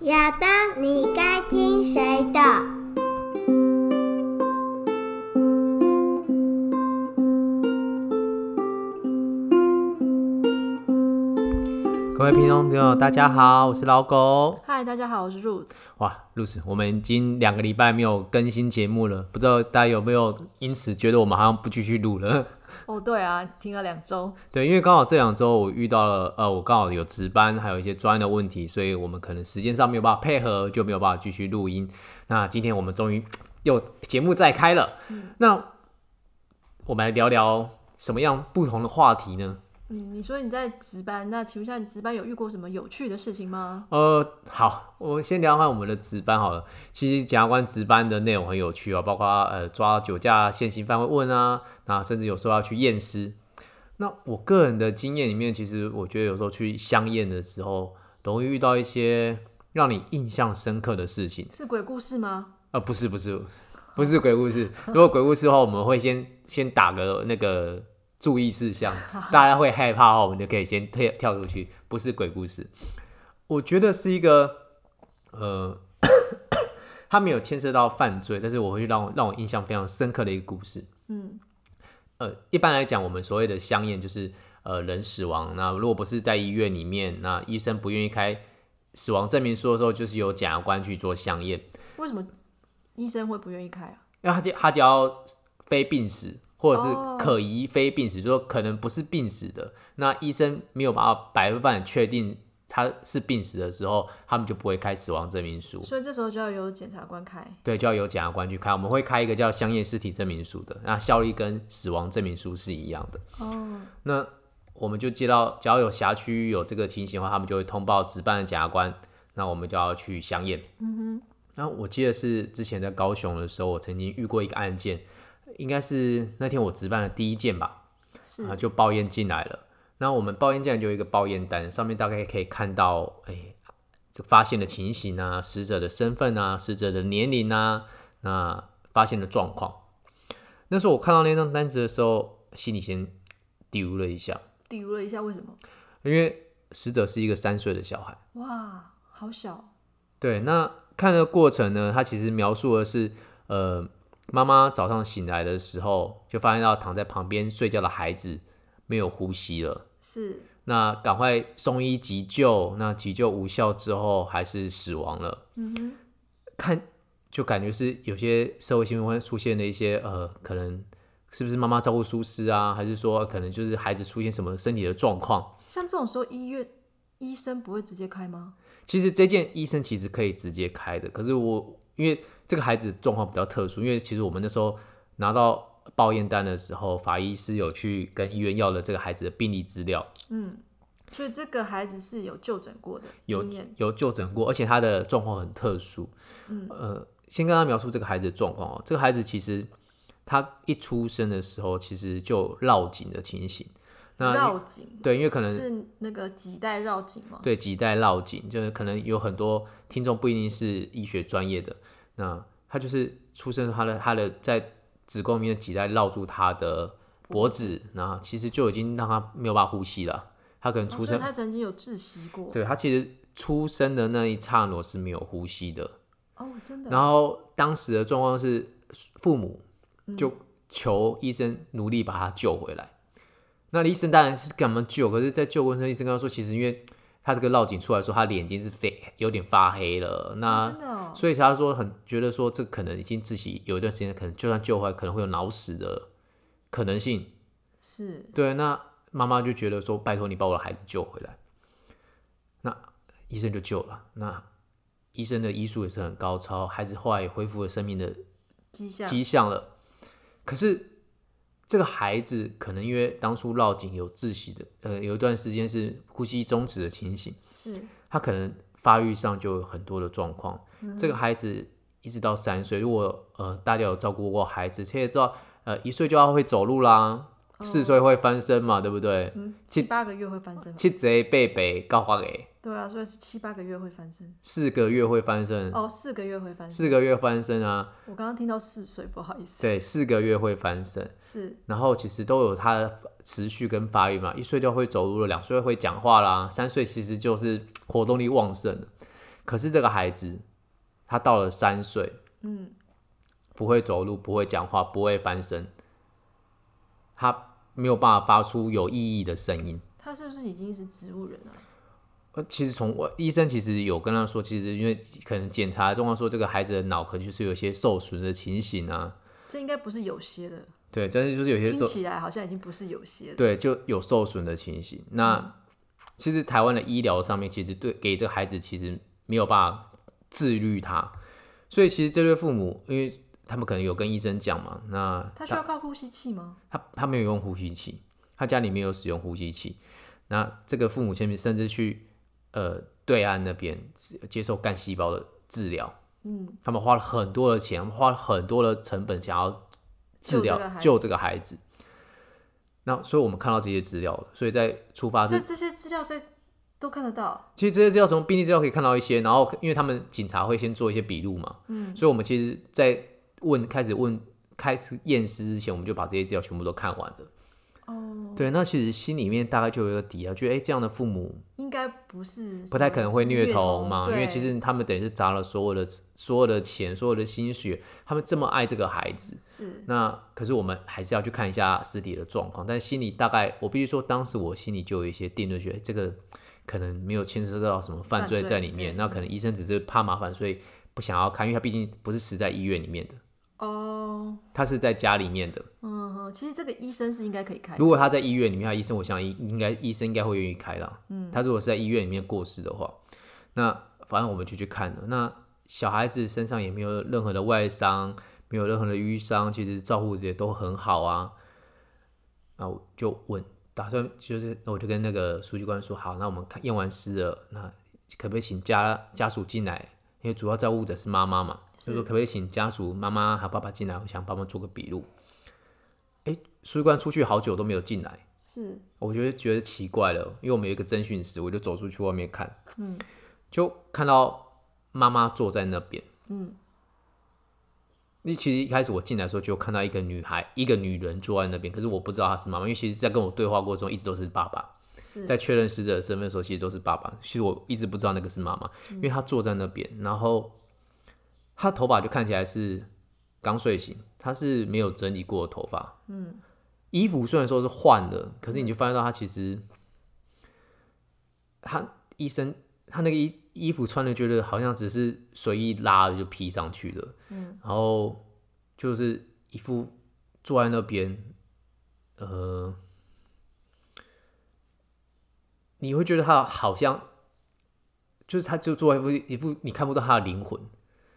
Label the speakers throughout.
Speaker 1: 亚当，你该听谁的？
Speaker 2: 各位听众朋友，大家好，我是老狗。
Speaker 3: 嗨，大家好，我是 Ruth。
Speaker 2: 哇，露丝，我们已经两个礼拜没有更新节目了，不知道大家有没有因此觉得我们好像不继续录了？
Speaker 3: 哦，对啊，停了两周，
Speaker 2: 对，因为刚好这两周我遇到了，呃，我刚好有值班，还有一些专案的问题，所以我们可能时间上没有办法配合，就没有办法继续录音。那今天我们终于又节目再开了，那我们来聊聊什么样不同的话题呢？
Speaker 3: 嗯，你说你在值班，那请问一下，你值班有遇过什么有趣的事情吗？
Speaker 2: 呃，好，我先聊看我们的值班好了。其实检察官值班的内容很有趣哦，包括呃抓酒驾现行犯会问啊，那甚至有时候要去验尸。那我个人的经验里面，其实我觉得有时候去相验的时候，容易遇到一些让你印象深刻的事情。
Speaker 3: 是鬼故事吗？
Speaker 2: 呃，不是不是不是鬼故事，如果鬼故事的话，我们会先先打个那个注意事项，大家会害怕的话，我们就可以先跳跳出去，不是鬼故事。我觉得是一个呃，他没有牵涉到犯罪，但是我会让我让我印象非常深刻的一个故事。
Speaker 3: 嗯，
Speaker 2: 呃，一般来讲，我们所谓的香验就是呃人死亡，那如果不是在医院里面，那医生不愿意开死亡证明书的时候，就是由检察官去做香验。
Speaker 3: 为什么医生会不愿意开啊？
Speaker 2: 因为他只他只要非病死，或者是
Speaker 3: 哦
Speaker 2: 可疑非病死，就说可能不是病死的，那医生没有办法百分百地确定他是病死的时候，他们就不会开死亡证明书。
Speaker 3: 所以这时候就要由检察官开。
Speaker 2: 对，就要由检察官去开。我们会开一个叫相验尸体证明书的，那效力跟死亡证明书是一样的。
Speaker 3: 哦，
Speaker 2: 那我们就接到，只要有辖区有这个情形的话，他们就会通报值班的检察官，那我们就要去相验。嗯哼。那我记得是之前在高雄的时候，我曾经遇过一个案件，应该是那天我值班的第一件吧，
Speaker 3: 是
Speaker 2: 啊，就报验进来了。那我们报验进来就有一个报验单，上面大概可以看到，哎、这发现的情形啊，死者的身份啊，死者的年龄啊，那发现的状况。那时候我看到那张单子的时候，心里先丢了一下，
Speaker 3: 丢了一下，为什么？
Speaker 2: 因为死者是一个三岁的小孩。
Speaker 3: 哇，好小，哦
Speaker 2: 对，那看的过程呢，他其实描述的是，呃，妈妈早上醒来的时候，就发现到躺在旁边睡觉的孩子没有呼吸了，
Speaker 3: 是
Speaker 2: 那赶快送医急救，那急救无效之后还是死亡了。嗯哼，看就感觉是有些社会新闻会出现的一些呃，可能是不是妈妈照顾疏失啊，还是说可能就是孩子出现什么身体的状况？
Speaker 3: 像这种时候，医院医生不会直接开吗？
Speaker 2: 其实这件医生其实可以直接开的，可是我因为这个孩子状况比较特殊，因为其实我们那时候拿到报验单的时候，法医是有去跟医院要了这个孩子的病历资料，
Speaker 3: 嗯，所以这个孩子是有就诊过的
Speaker 2: 有
Speaker 3: 经验。
Speaker 2: 有就诊过，而且他的状况很特殊。嗯，呃，先跟他描述这个孩子的状况哦。这个孩子其实他一出生的时候，其实就有绕颈的情形。那
Speaker 3: 绕颈
Speaker 2: 对，因为可能
Speaker 3: 是那个脐带绕颈吗？
Speaker 2: 对脐带绕颈，就是可能有很多听众不一定是医学专业的，那他就是出生他的他的在子宫里面的脐带绕住他的脖子，然后其实就已经让他没有办法呼吸了，他可能
Speaker 3: 哦
Speaker 2: 出
Speaker 3: 所以
Speaker 2: 生，
Speaker 3: 他曾经有窒息过。
Speaker 2: 对他其实出生的那一刹那是没有呼吸的，
Speaker 3: 哦，真的。
Speaker 2: 然后当时的状况是，父母
Speaker 3: 嗯
Speaker 2: 就求医生努力把他救回来。那医生当然是干嘛救？可是，在救过程中，医生跟他说，其实因为他这个绕颈出来说，他脸已经是非有点发黑了。
Speaker 3: 哦
Speaker 2: 那
Speaker 3: 真的、哦，
Speaker 2: 所以他说很觉得说，这可能已经窒息有一段时间，可能就算救回来，可能会有脑死的可能性。
Speaker 3: 是
Speaker 2: 对，那妈妈就觉得说，拜托你把我的孩子救回来。那医生就救了。那医生的医术也是很高超，孩子后来也恢复了生命的
Speaker 3: 迹象。
Speaker 2: 迹象了。可是这个孩子可能因为当初绕颈有窒息的，呃，有一段时间是呼吸终止的情形，
Speaker 3: 是
Speaker 2: 他可能发育上就有很多的状况。这个孩子一直到三岁，如果呃大家有照顾过孩子，其实也知道，呃，一岁就要会走路啦，四岁会翻身嘛，对不对？
Speaker 3: 嗯，
Speaker 2: 其
Speaker 3: 七八个月会翻身吗？
Speaker 2: 七贼贝贝告花给
Speaker 3: 对啊，所以是七八个月会翻身。
Speaker 2: 四个月会翻身，
Speaker 3: 哦，四个月会翻
Speaker 2: 嗯
Speaker 3: 身。
Speaker 2: 四个月翻身啊，
Speaker 3: 我刚刚听到四岁，不好意思。，
Speaker 2: 对，四个月会翻身。
Speaker 3: 是
Speaker 2: 然后其实都有它的持续跟发育嘛，一岁就会走路了，两岁会讲话啦，三岁其实就是活动力旺盛了。可是这个孩子，他到了三岁，
Speaker 3: 嗯，
Speaker 2: 不会走路，不会讲话，不会翻身，他没有办法发出有意义的声音。
Speaker 3: 他是不是已经是植物人啊了？
Speaker 2: 呃，其实从我医生其实有跟他说，其实因为可能检查的状况说，这个孩子的脑可能就是有一些受损的情形啊，
Speaker 3: 这应该不是有些的，
Speaker 2: 对，但是就是有些
Speaker 3: 听
Speaker 2: 受
Speaker 3: 起来好像已经不是有些的。嗯
Speaker 2: 对，就有受损的情形。那、其实台湾的医疗上面，其实对给这个孩子其实没有办法治愈他，所以其实这对父母，因为他们可能有跟医生讲嘛，那
Speaker 3: 他需要靠呼吸器吗？
Speaker 2: 他他没有用呼吸器，他家里没有使用呼吸器。那这个父母亲甚至去呃对岸那边接受干细胞的治疗，
Speaker 3: 嗯，
Speaker 2: 他们花了很多的钱，花了很多的成本，想要治
Speaker 3: 救这
Speaker 2: 疗
Speaker 3: 个孩子
Speaker 2: 救这个孩子。那所以我们看到这些资料了，所以在出发
Speaker 3: 这
Speaker 2: 之，
Speaker 3: 这些资料在都看得到。
Speaker 2: 其实这些资料从病历资料可以看到一些，然后因为他们警察会先做一些笔录嘛，
Speaker 3: 嗯，
Speaker 2: 所以我们其实，在问开始问开始验尸之前，我们就把这些资料全部都看完了。
Speaker 3: 哦，
Speaker 2: 对，那其实心里面大概就有一个底啊，觉得哎、诶这样的父母
Speaker 3: 应该不是，
Speaker 2: 不太可能会虐童
Speaker 3: 童
Speaker 2: 嘛，因为其实他们等于是砸了所有的所有的钱、所有的心血，他们这么爱这个孩子，
Speaker 3: 是
Speaker 2: 那可是我们还是要去看一下尸体的状况，但心里大概，我必须说，当时我心里就有一些定论，觉得这个可能没有牵涉到什么犯罪
Speaker 3: 犯罪
Speaker 2: 在里面，
Speaker 3: 对
Speaker 2: 那可能医生只是怕麻烦，所以不想要看，因为他毕竟不是死在医院里面的，
Speaker 3: 哦，
Speaker 2: 他是在家里面的。
Speaker 3: 嗯哼，其实这个医生是应该可以开的
Speaker 2: 如。果他在医院里面，他医生我想应应该医生应该会愿意开啦。嗯，他如果是在医院里面过世的话，那反正我们就去看了。那小孩子身上也没有任何的外伤，没有任何的淤伤，其实照顾的也都很好啊。那我就问，打算就是我就跟那个书记官说，好，那我们看验完尸了，那可不可以请家家属进来？因为主要照顾者是妈妈嘛，
Speaker 3: 是
Speaker 2: 就说可不可以请家属妈妈和爸爸进来，我想帮忙做个笔录。哎，书记官出去好久都没有进来，
Speaker 3: 是，
Speaker 2: 我就觉得奇怪了，因为我们有一个侦讯室，我就走出去外面看，
Speaker 3: 嗯，
Speaker 2: 就看到妈妈坐在那边，
Speaker 3: 嗯，
Speaker 2: 那其实一开始我进来的时候就看到一个女孩，一个女人坐在那边，可是我不知道她是妈妈，因为其实在跟我对话过程中一直都是爸爸，
Speaker 3: 是
Speaker 2: 在确认死者的身份的时候，其实都是爸爸。其实我一直不知道那个是妈妈，因为她坐在那边，然后她头发就看起来是刚睡醒，她是没有整理过的头发。嗯，衣服虽然说是换了，可是你就发现到她其实，她医生她那个衣衣服穿的，觉得好像只是随意拉的就披上去了。嗯，然后就是一副坐在那边，呃。你会觉得他好像，就是他就做一副一副你看不到他的灵魂。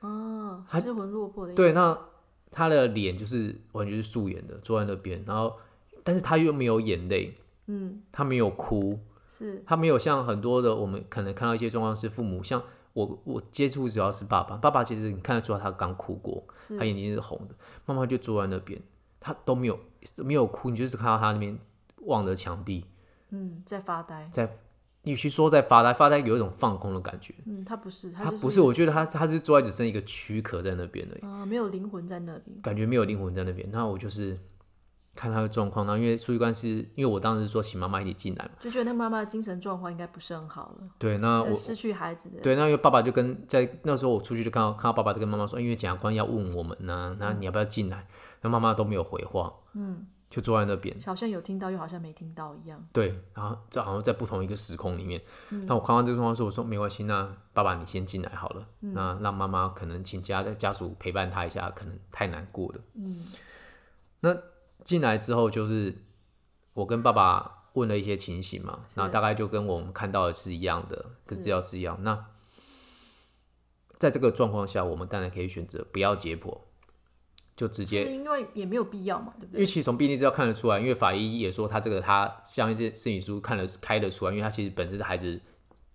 Speaker 3: 哦，
Speaker 2: 他
Speaker 3: 失魂落魄的。
Speaker 2: 对，，那他的脸就是完全是素颜的，坐在那边，然后但是他又没有眼泪，
Speaker 3: 嗯，
Speaker 2: 他没有哭，
Speaker 3: 是
Speaker 2: 他没有像很多的我们可能看到一些状况是父母像。我我接触主要是爸爸，爸爸其实你看得出来他刚哭过，
Speaker 3: 是
Speaker 2: 他眼睛是红的，妈妈就坐在那边，他都没有没有哭，你就是看到他那边望着墙壁，
Speaker 3: 嗯，在发呆。
Speaker 2: 与其说在发呆，发呆有一种放空的感觉，
Speaker 3: 嗯，他不是，他
Speaker 2: 他
Speaker 3: 就
Speaker 2: 不是，我觉得他他是坐在只剩一个躯壳在那边而已，
Speaker 3: 啊、没有灵魂在那里。
Speaker 2: 感觉没有灵魂在那边。那我就是看他的状况，然后因为书记官是因为我当时说请妈妈一起进来嘛，
Speaker 3: 就觉得那妈妈的精神状况应该不是很好了，
Speaker 2: 对，那啊我
Speaker 3: 呃失去孩子的，
Speaker 2: 对，那因为爸爸就跟在那时候我出去就看到看到爸爸就跟妈妈说，因为检察官要问我们呐、那你要不要进来？那妈妈都没有回话，嗯，就坐在那边。
Speaker 3: 好像有听到又好像没听到一样。
Speaker 2: 对，然后这好像在不同一个时空里面。那我看到这个状况说，我说没关系，那爸爸你先进来好了，那让妈妈可能请家家属陪伴他一下，可能太难过了。嗯，那进来之后就是我跟爸爸问了一些情形嘛，那大概就跟我们看到的是一样的，跟资料是一样。那在这个状况下，我们当然可以选择不要解剖，就直接
Speaker 3: 其实因为也没有必要嘛，对不
Speaker 2: 因为
Speaker 3: 对？
Speaker 2: 其实从病历资料看得出来，因为法医也说他这个他像一些申请书看得开得出来，因为他其实本身的孩子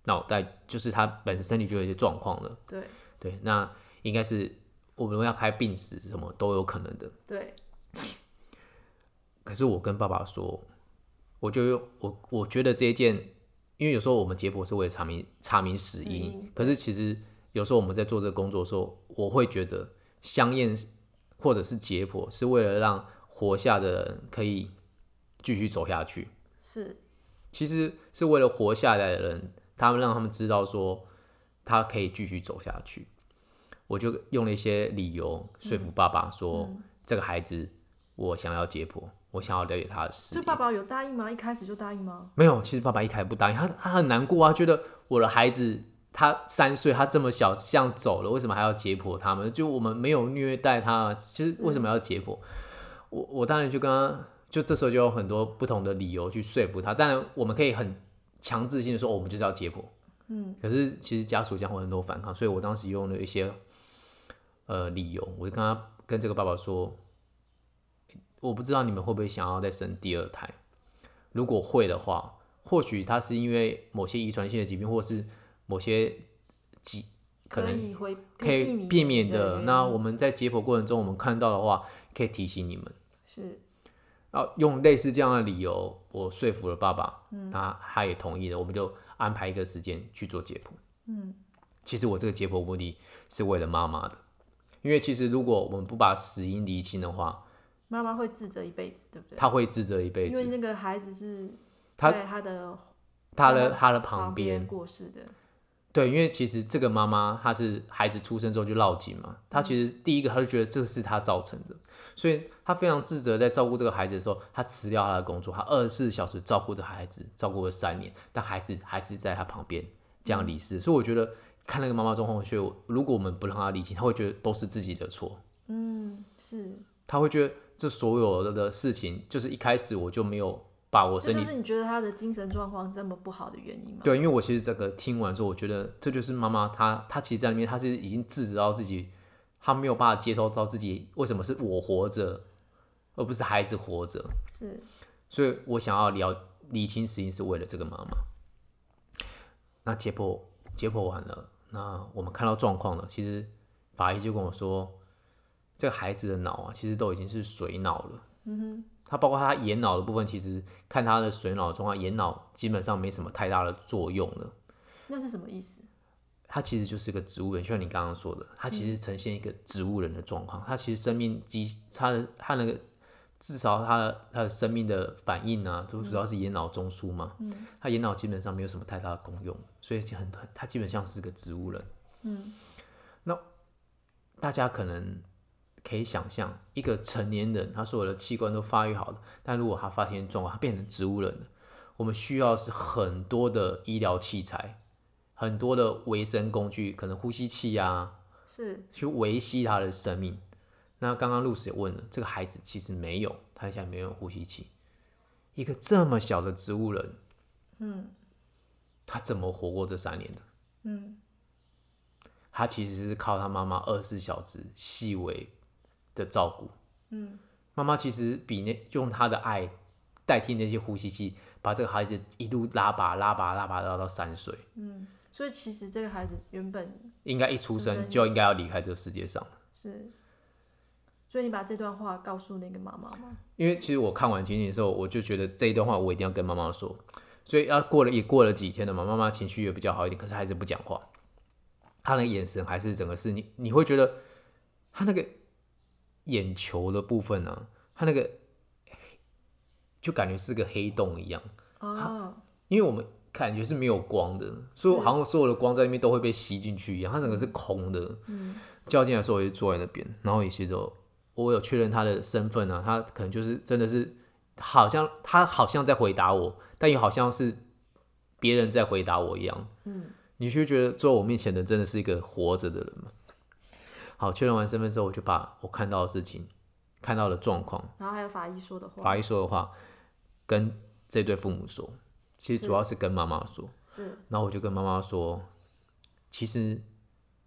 Speaker 2: 脑袋就是他本身身体就有一些状况了。
Speaker 3: 对
Speaker 2: 对，那应该是我们要开病史什么都有可能的。
Speaker 3: 对，
Speaker 2: 可是我跟爸爸说，我就用我我觉得这一件，因为有时候我们解剖是为了查明查明死
Speaker 3: 死
Speaker 2: 因
Speaker 3: 因，
Speaker 2: 可是其实有时候我们在做这个工作的时候，我会觉得香验或者是解剖是为了让活下的人可以继续走下去，
Speaker 3: 是
Speaker 2: 其实是为了活下来的人，他们让他们知道说他可以继续走下去。我就用了一些理由说服爸爸说，
Speaker 3: 嗯
Speaker 2: 这个孩子我想要解剖，我想要了解他的事
Speaker 3: 这
Speaker 2: 业。
Speaker 3: 爸爸有答应吗？一开始就答应吗？
Speaker 2: 没有，其实爸爸一开始不答应，他他很难过啊，觉得我的孩子他三岁，他这么小这样走了，为什么还要解剖他们？就我们没有虐待他啊，其实为什么要解剖？我我当然就跟他，就这时候就有很多不同的理由去说服他。当然，我们可以很强制性的说、哦我们就是要解剖，嗯，可是其实家属这样会很多反抗，所以我当时用了一些呃理由，我就跟他跟这个爸爸说，我不知道你们会不会想要再生第二胎。如果会的话，或许他是因为某些遗传性的疾病，或是某些疾可能
Speaker 3: 以回
Speaker 2: 可以避免的。
Speaker 3: 对
Speaker 2: 那我们在解剖过程中，我们看到的话，可以提醒你们。
Speaker 3: 是
Speaker 2: 然后用类似这样的理由，我说服了爸爸，嗯，那他也同意了，我们就安排一个时间去做解剖。嗯，其实我这个解剖目的是为了妈妈的，因为其实如果我们不把死因厘清的话，
Speaker 3: 妈妈会自责一辈子，对不对？
Speaker 2: 他会自责一辈
Speaker 3: 因为
Speaker 2: 子。
Speaker 3: 那个孩子是
Speaker 2: 他
Speaker 3: 在他的
Speaker 2: 他的
Speaker 3: 他
Speaker 2: 他的
Speaker 3: 旁
Speaker 2: 旁边，
Speaker 3: 过世的，
Speaker 2: 对，因为其实这个妈妈她是孩子出生之后就落井嘛，她其实第一个她就觉得这是她造成的，所以她非常自责，在照顾这个孩子的时候，她辞掉她的工作，她二十四小时照顾着孩子，照顾了三年，但孩子还是在她旁边这样离世，所以我觉得看那个妈妈状况，我觉得如果我们不让她离清，她会觉得都是自己的错，
Speaker 3: 嗯，是，
Speaker 2: 她会觉得这所有的事情就是一开始我就没有把我
Speaker 3: 这
Speaker 2: 身体
Speaker 3: 就是你觉得他的精神状况这么不好的原因吗？
Speaker 2: 对，因为我其实这个听完之后，我觉得这就是妈妈她她其实在里面，她是已经自知到自己，她没有办法接受到自己为什么是我活着，而不是孩子活着。
Speaker 3: 是
Speaker 2: 所以我想要聊理清死因是为了这个妈妈。那解剖解剖完了，那我们看到状况了，其实法医就跟我说，这个孩子的脑啊，其实都已经是水脑了。嗯哼，他包括他眼脑的部分，其实看他的水脑的状况，眼脑基本上没什么太大的作用了。
Speaker 3: 那是什么意思？
Speaker 2: 他其实就是个植物人，就像你刚刚说的，他其实呈现一个植物人的状况。他其实生命及他的他那个至少他的他的生命的反应啊，都主要是眼脑中枢嘛。他眼脑基本上没有什么太大的功用，所以其实很他基本上是个植物人。嗯，那大家可能可以想象，一个成年人，他所有的器官都发育好了，但如果他发现状况，他变成植物人了，我们需要的是很多的医疗器材。很多的维生工具，可能呼吸器啊，
Speaker 3: 是
Speaker 2: 去维系他的生命。那刚刚露丝也问了，这个孩子其实没有，他现在没有呼吸器，一个这么小的植物人，嗯，他怎么活过这三年的？嗯，他其实是靠他妈妈二十四小时细微的照顾，嗯，妈妈其实比那用他的爱代替那些呼吸器，把这个孩子一路拉拔、拉拔、拉拔拉到三岁。
Speaker 3: 所以其实这个孩子原本
Speaker 2: 应该一出生就应该要离开这个世界上。
Speaker 3: 是，所以你把这段话告诉那个妈妈吗？
Speaker 2: 因为其实我看完情景的时候，我就觉得这一段话我一定要跟妈妈说。所以要啊过了也过了几天了嘛，妈妈情绪也比较好一点，可是还是不讲话。她的眼神还是整个是你，你会觉得她那个眼球的部分呢、啊，她那个就感觉是个黑洞一样，
Speaker 3: 哦，
Speaker 2: 因为我们感觉是没有光的，所以好像所有的光在那边都会被吸进去一样，它整个是空的。嗯，叫进来的时候我就坐在那边，然后也其实我我有确认他的身份啊，他可能就是真的是好像他好像在回答我，但也好像是别人在回答我一样。嗯，你就觉得坐在我面前的真的是一个活着的人吗？好，确认完身份之后，我就把我看到的事情、看到的状况
Speaker 3: 然后还有法医说的话，
Speaker 2: 法医说的话跟这对父母说，其实主要是跟妈妈说。
Speaker 3: 是
Speaker 2: 然后我就跟妈妈说，其实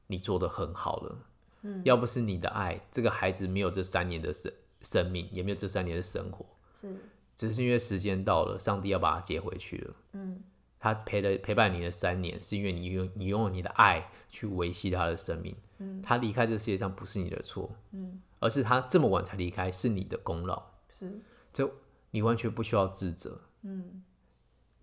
Speaker 2: 你做的很好了，嗯，要不是你的爱，这个孩子没有这三年的生生命，也没有这三年的生活，
Speaker 3: 是，
Speaker 2: 只是因为时间到了，上帝要把他接回去了。嗯，他陪了陪伴你的三年，是因为你用你用你的爱去维系他的生命。嗯，他离开这世界上不是你的错，嗯，而是他这么晚才离开是你的功劳。
Speaker 3: 是
Speaker 2: 这你完全不需要自责。嗯，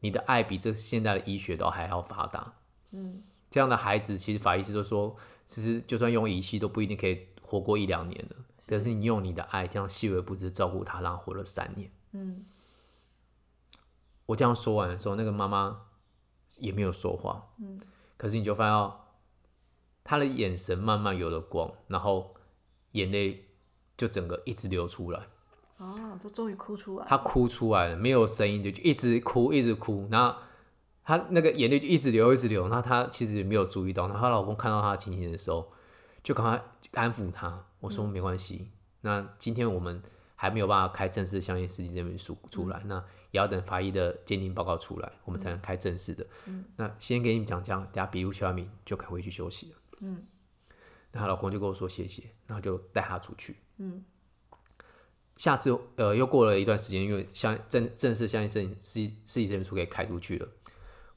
Speaker 2: 你的爱比这现在的医学都还要发达。嗯，这样的孩子，其实法医师都说，其实就算用仪器都不一定可以活过一两年的。可是你用你的爱这样细微不至照顾他，让他活了三年。
Speaker 3: 嗯，
Speaker 2: 我这样说完的时候，那个妈妈也没有说话。嗯，可是你就发现到他的眼神慢慢有了光，然后眼泪就整个一直流出来。
Speaker 3: 哦，都终于哭出来
Speaker 2: 他
Speaker 3: 了。
Speaker 2: 哭出来了，没有声音，就就一直哭，一直哭。然后他那个眼泪就一直流，一直流。然后他其实也没有注意到。然后她老公看到她的情形的时候，就赶快安抚她。我说没关系，
Speaker 3: 嗯
Speaker 2: 那今天我们还没有办法开正式香烟司机证明书出来，那也要等法医的鉴定报告出来，我们才能开正式的。
Speaker 3: 嗯
Speaker 2: 那先给你们讲讲，等下笔录消完名就可以回去休息了。嗯，那她老公就跟我说谢谢，然后就带她出去。下次呃又过了一段时间，因为相正正式相信摄影司司仪证明书给开出去了，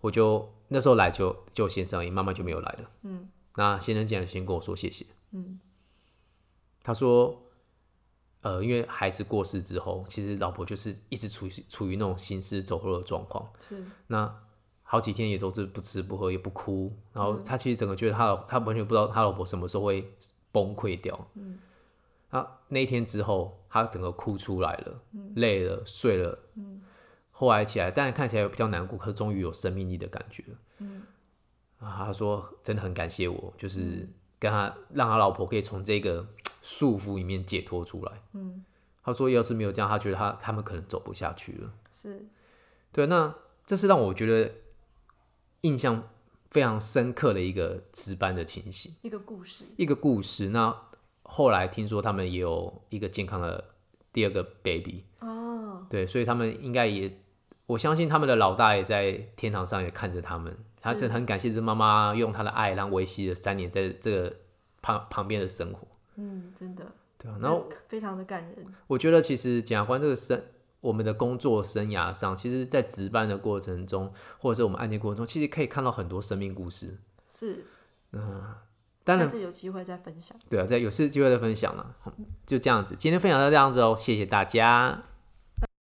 Speaker 2: 我就那时候来就就先生而已，妈妈就没有来了。嗯，那先生竟然先跟我说谢谢。嗯，他说，呃，因为孩子过世之后，其实老婆就是一直处于处于那种行尸走肉的状况，
Speaker 3: 是
Speaker 2: 那好几天也都是不吃不喝也不哭，然后他其实整个觉得他老他完全不知道他老婆什么时候会崩溃掉。嗯，他那一天之后，他整个哭出来了，累了睡了，嗯，后来起来，但看起来比较难过，可是终于有生命力的感觉。嗯，啊，他说真的很感谢我，就是跟他让他老婆可以从这个束缚里面解脱出来。嗯，他说要是没有这样，他觉得他他们可能走不下去了。
Speaker 3: 是，
Speaker 2: 对，那这是让我觉得印象非常深刻的一个值班的情形，
Speaker 3: 一个故事。
Speaker 2: 一个故事。那后来听说他们也有一个健康的第二个 baby，
Speaker 3: 哦，
Speaker 2: 对，所以他们应该也，我相信他们的老大也在天堂上也看着他们，他真的很感谢这妈妈用她的爱让维系了三年在这个旁旁边的生活。
Speaker 3: 嗯，真的，
Speaker 2: 对啊，然后
Speaker 3: 这非常的感人。
Speaker 2: 我觉得其实检察官这个生，我们的工作生涯上，其实在值班的过程中，或者是我们案件过程中，其实可以看到很多生命故事。
Speaker 3: 是，
Speaker 2: 当
Speaker 3: 下
Speaker 2: 然，
Speaker 3: 次有机会再分享。
Speaker 2: 对啊，在有次机会的分享了、就这样子。今天分享到这样子哦，谢谢大家。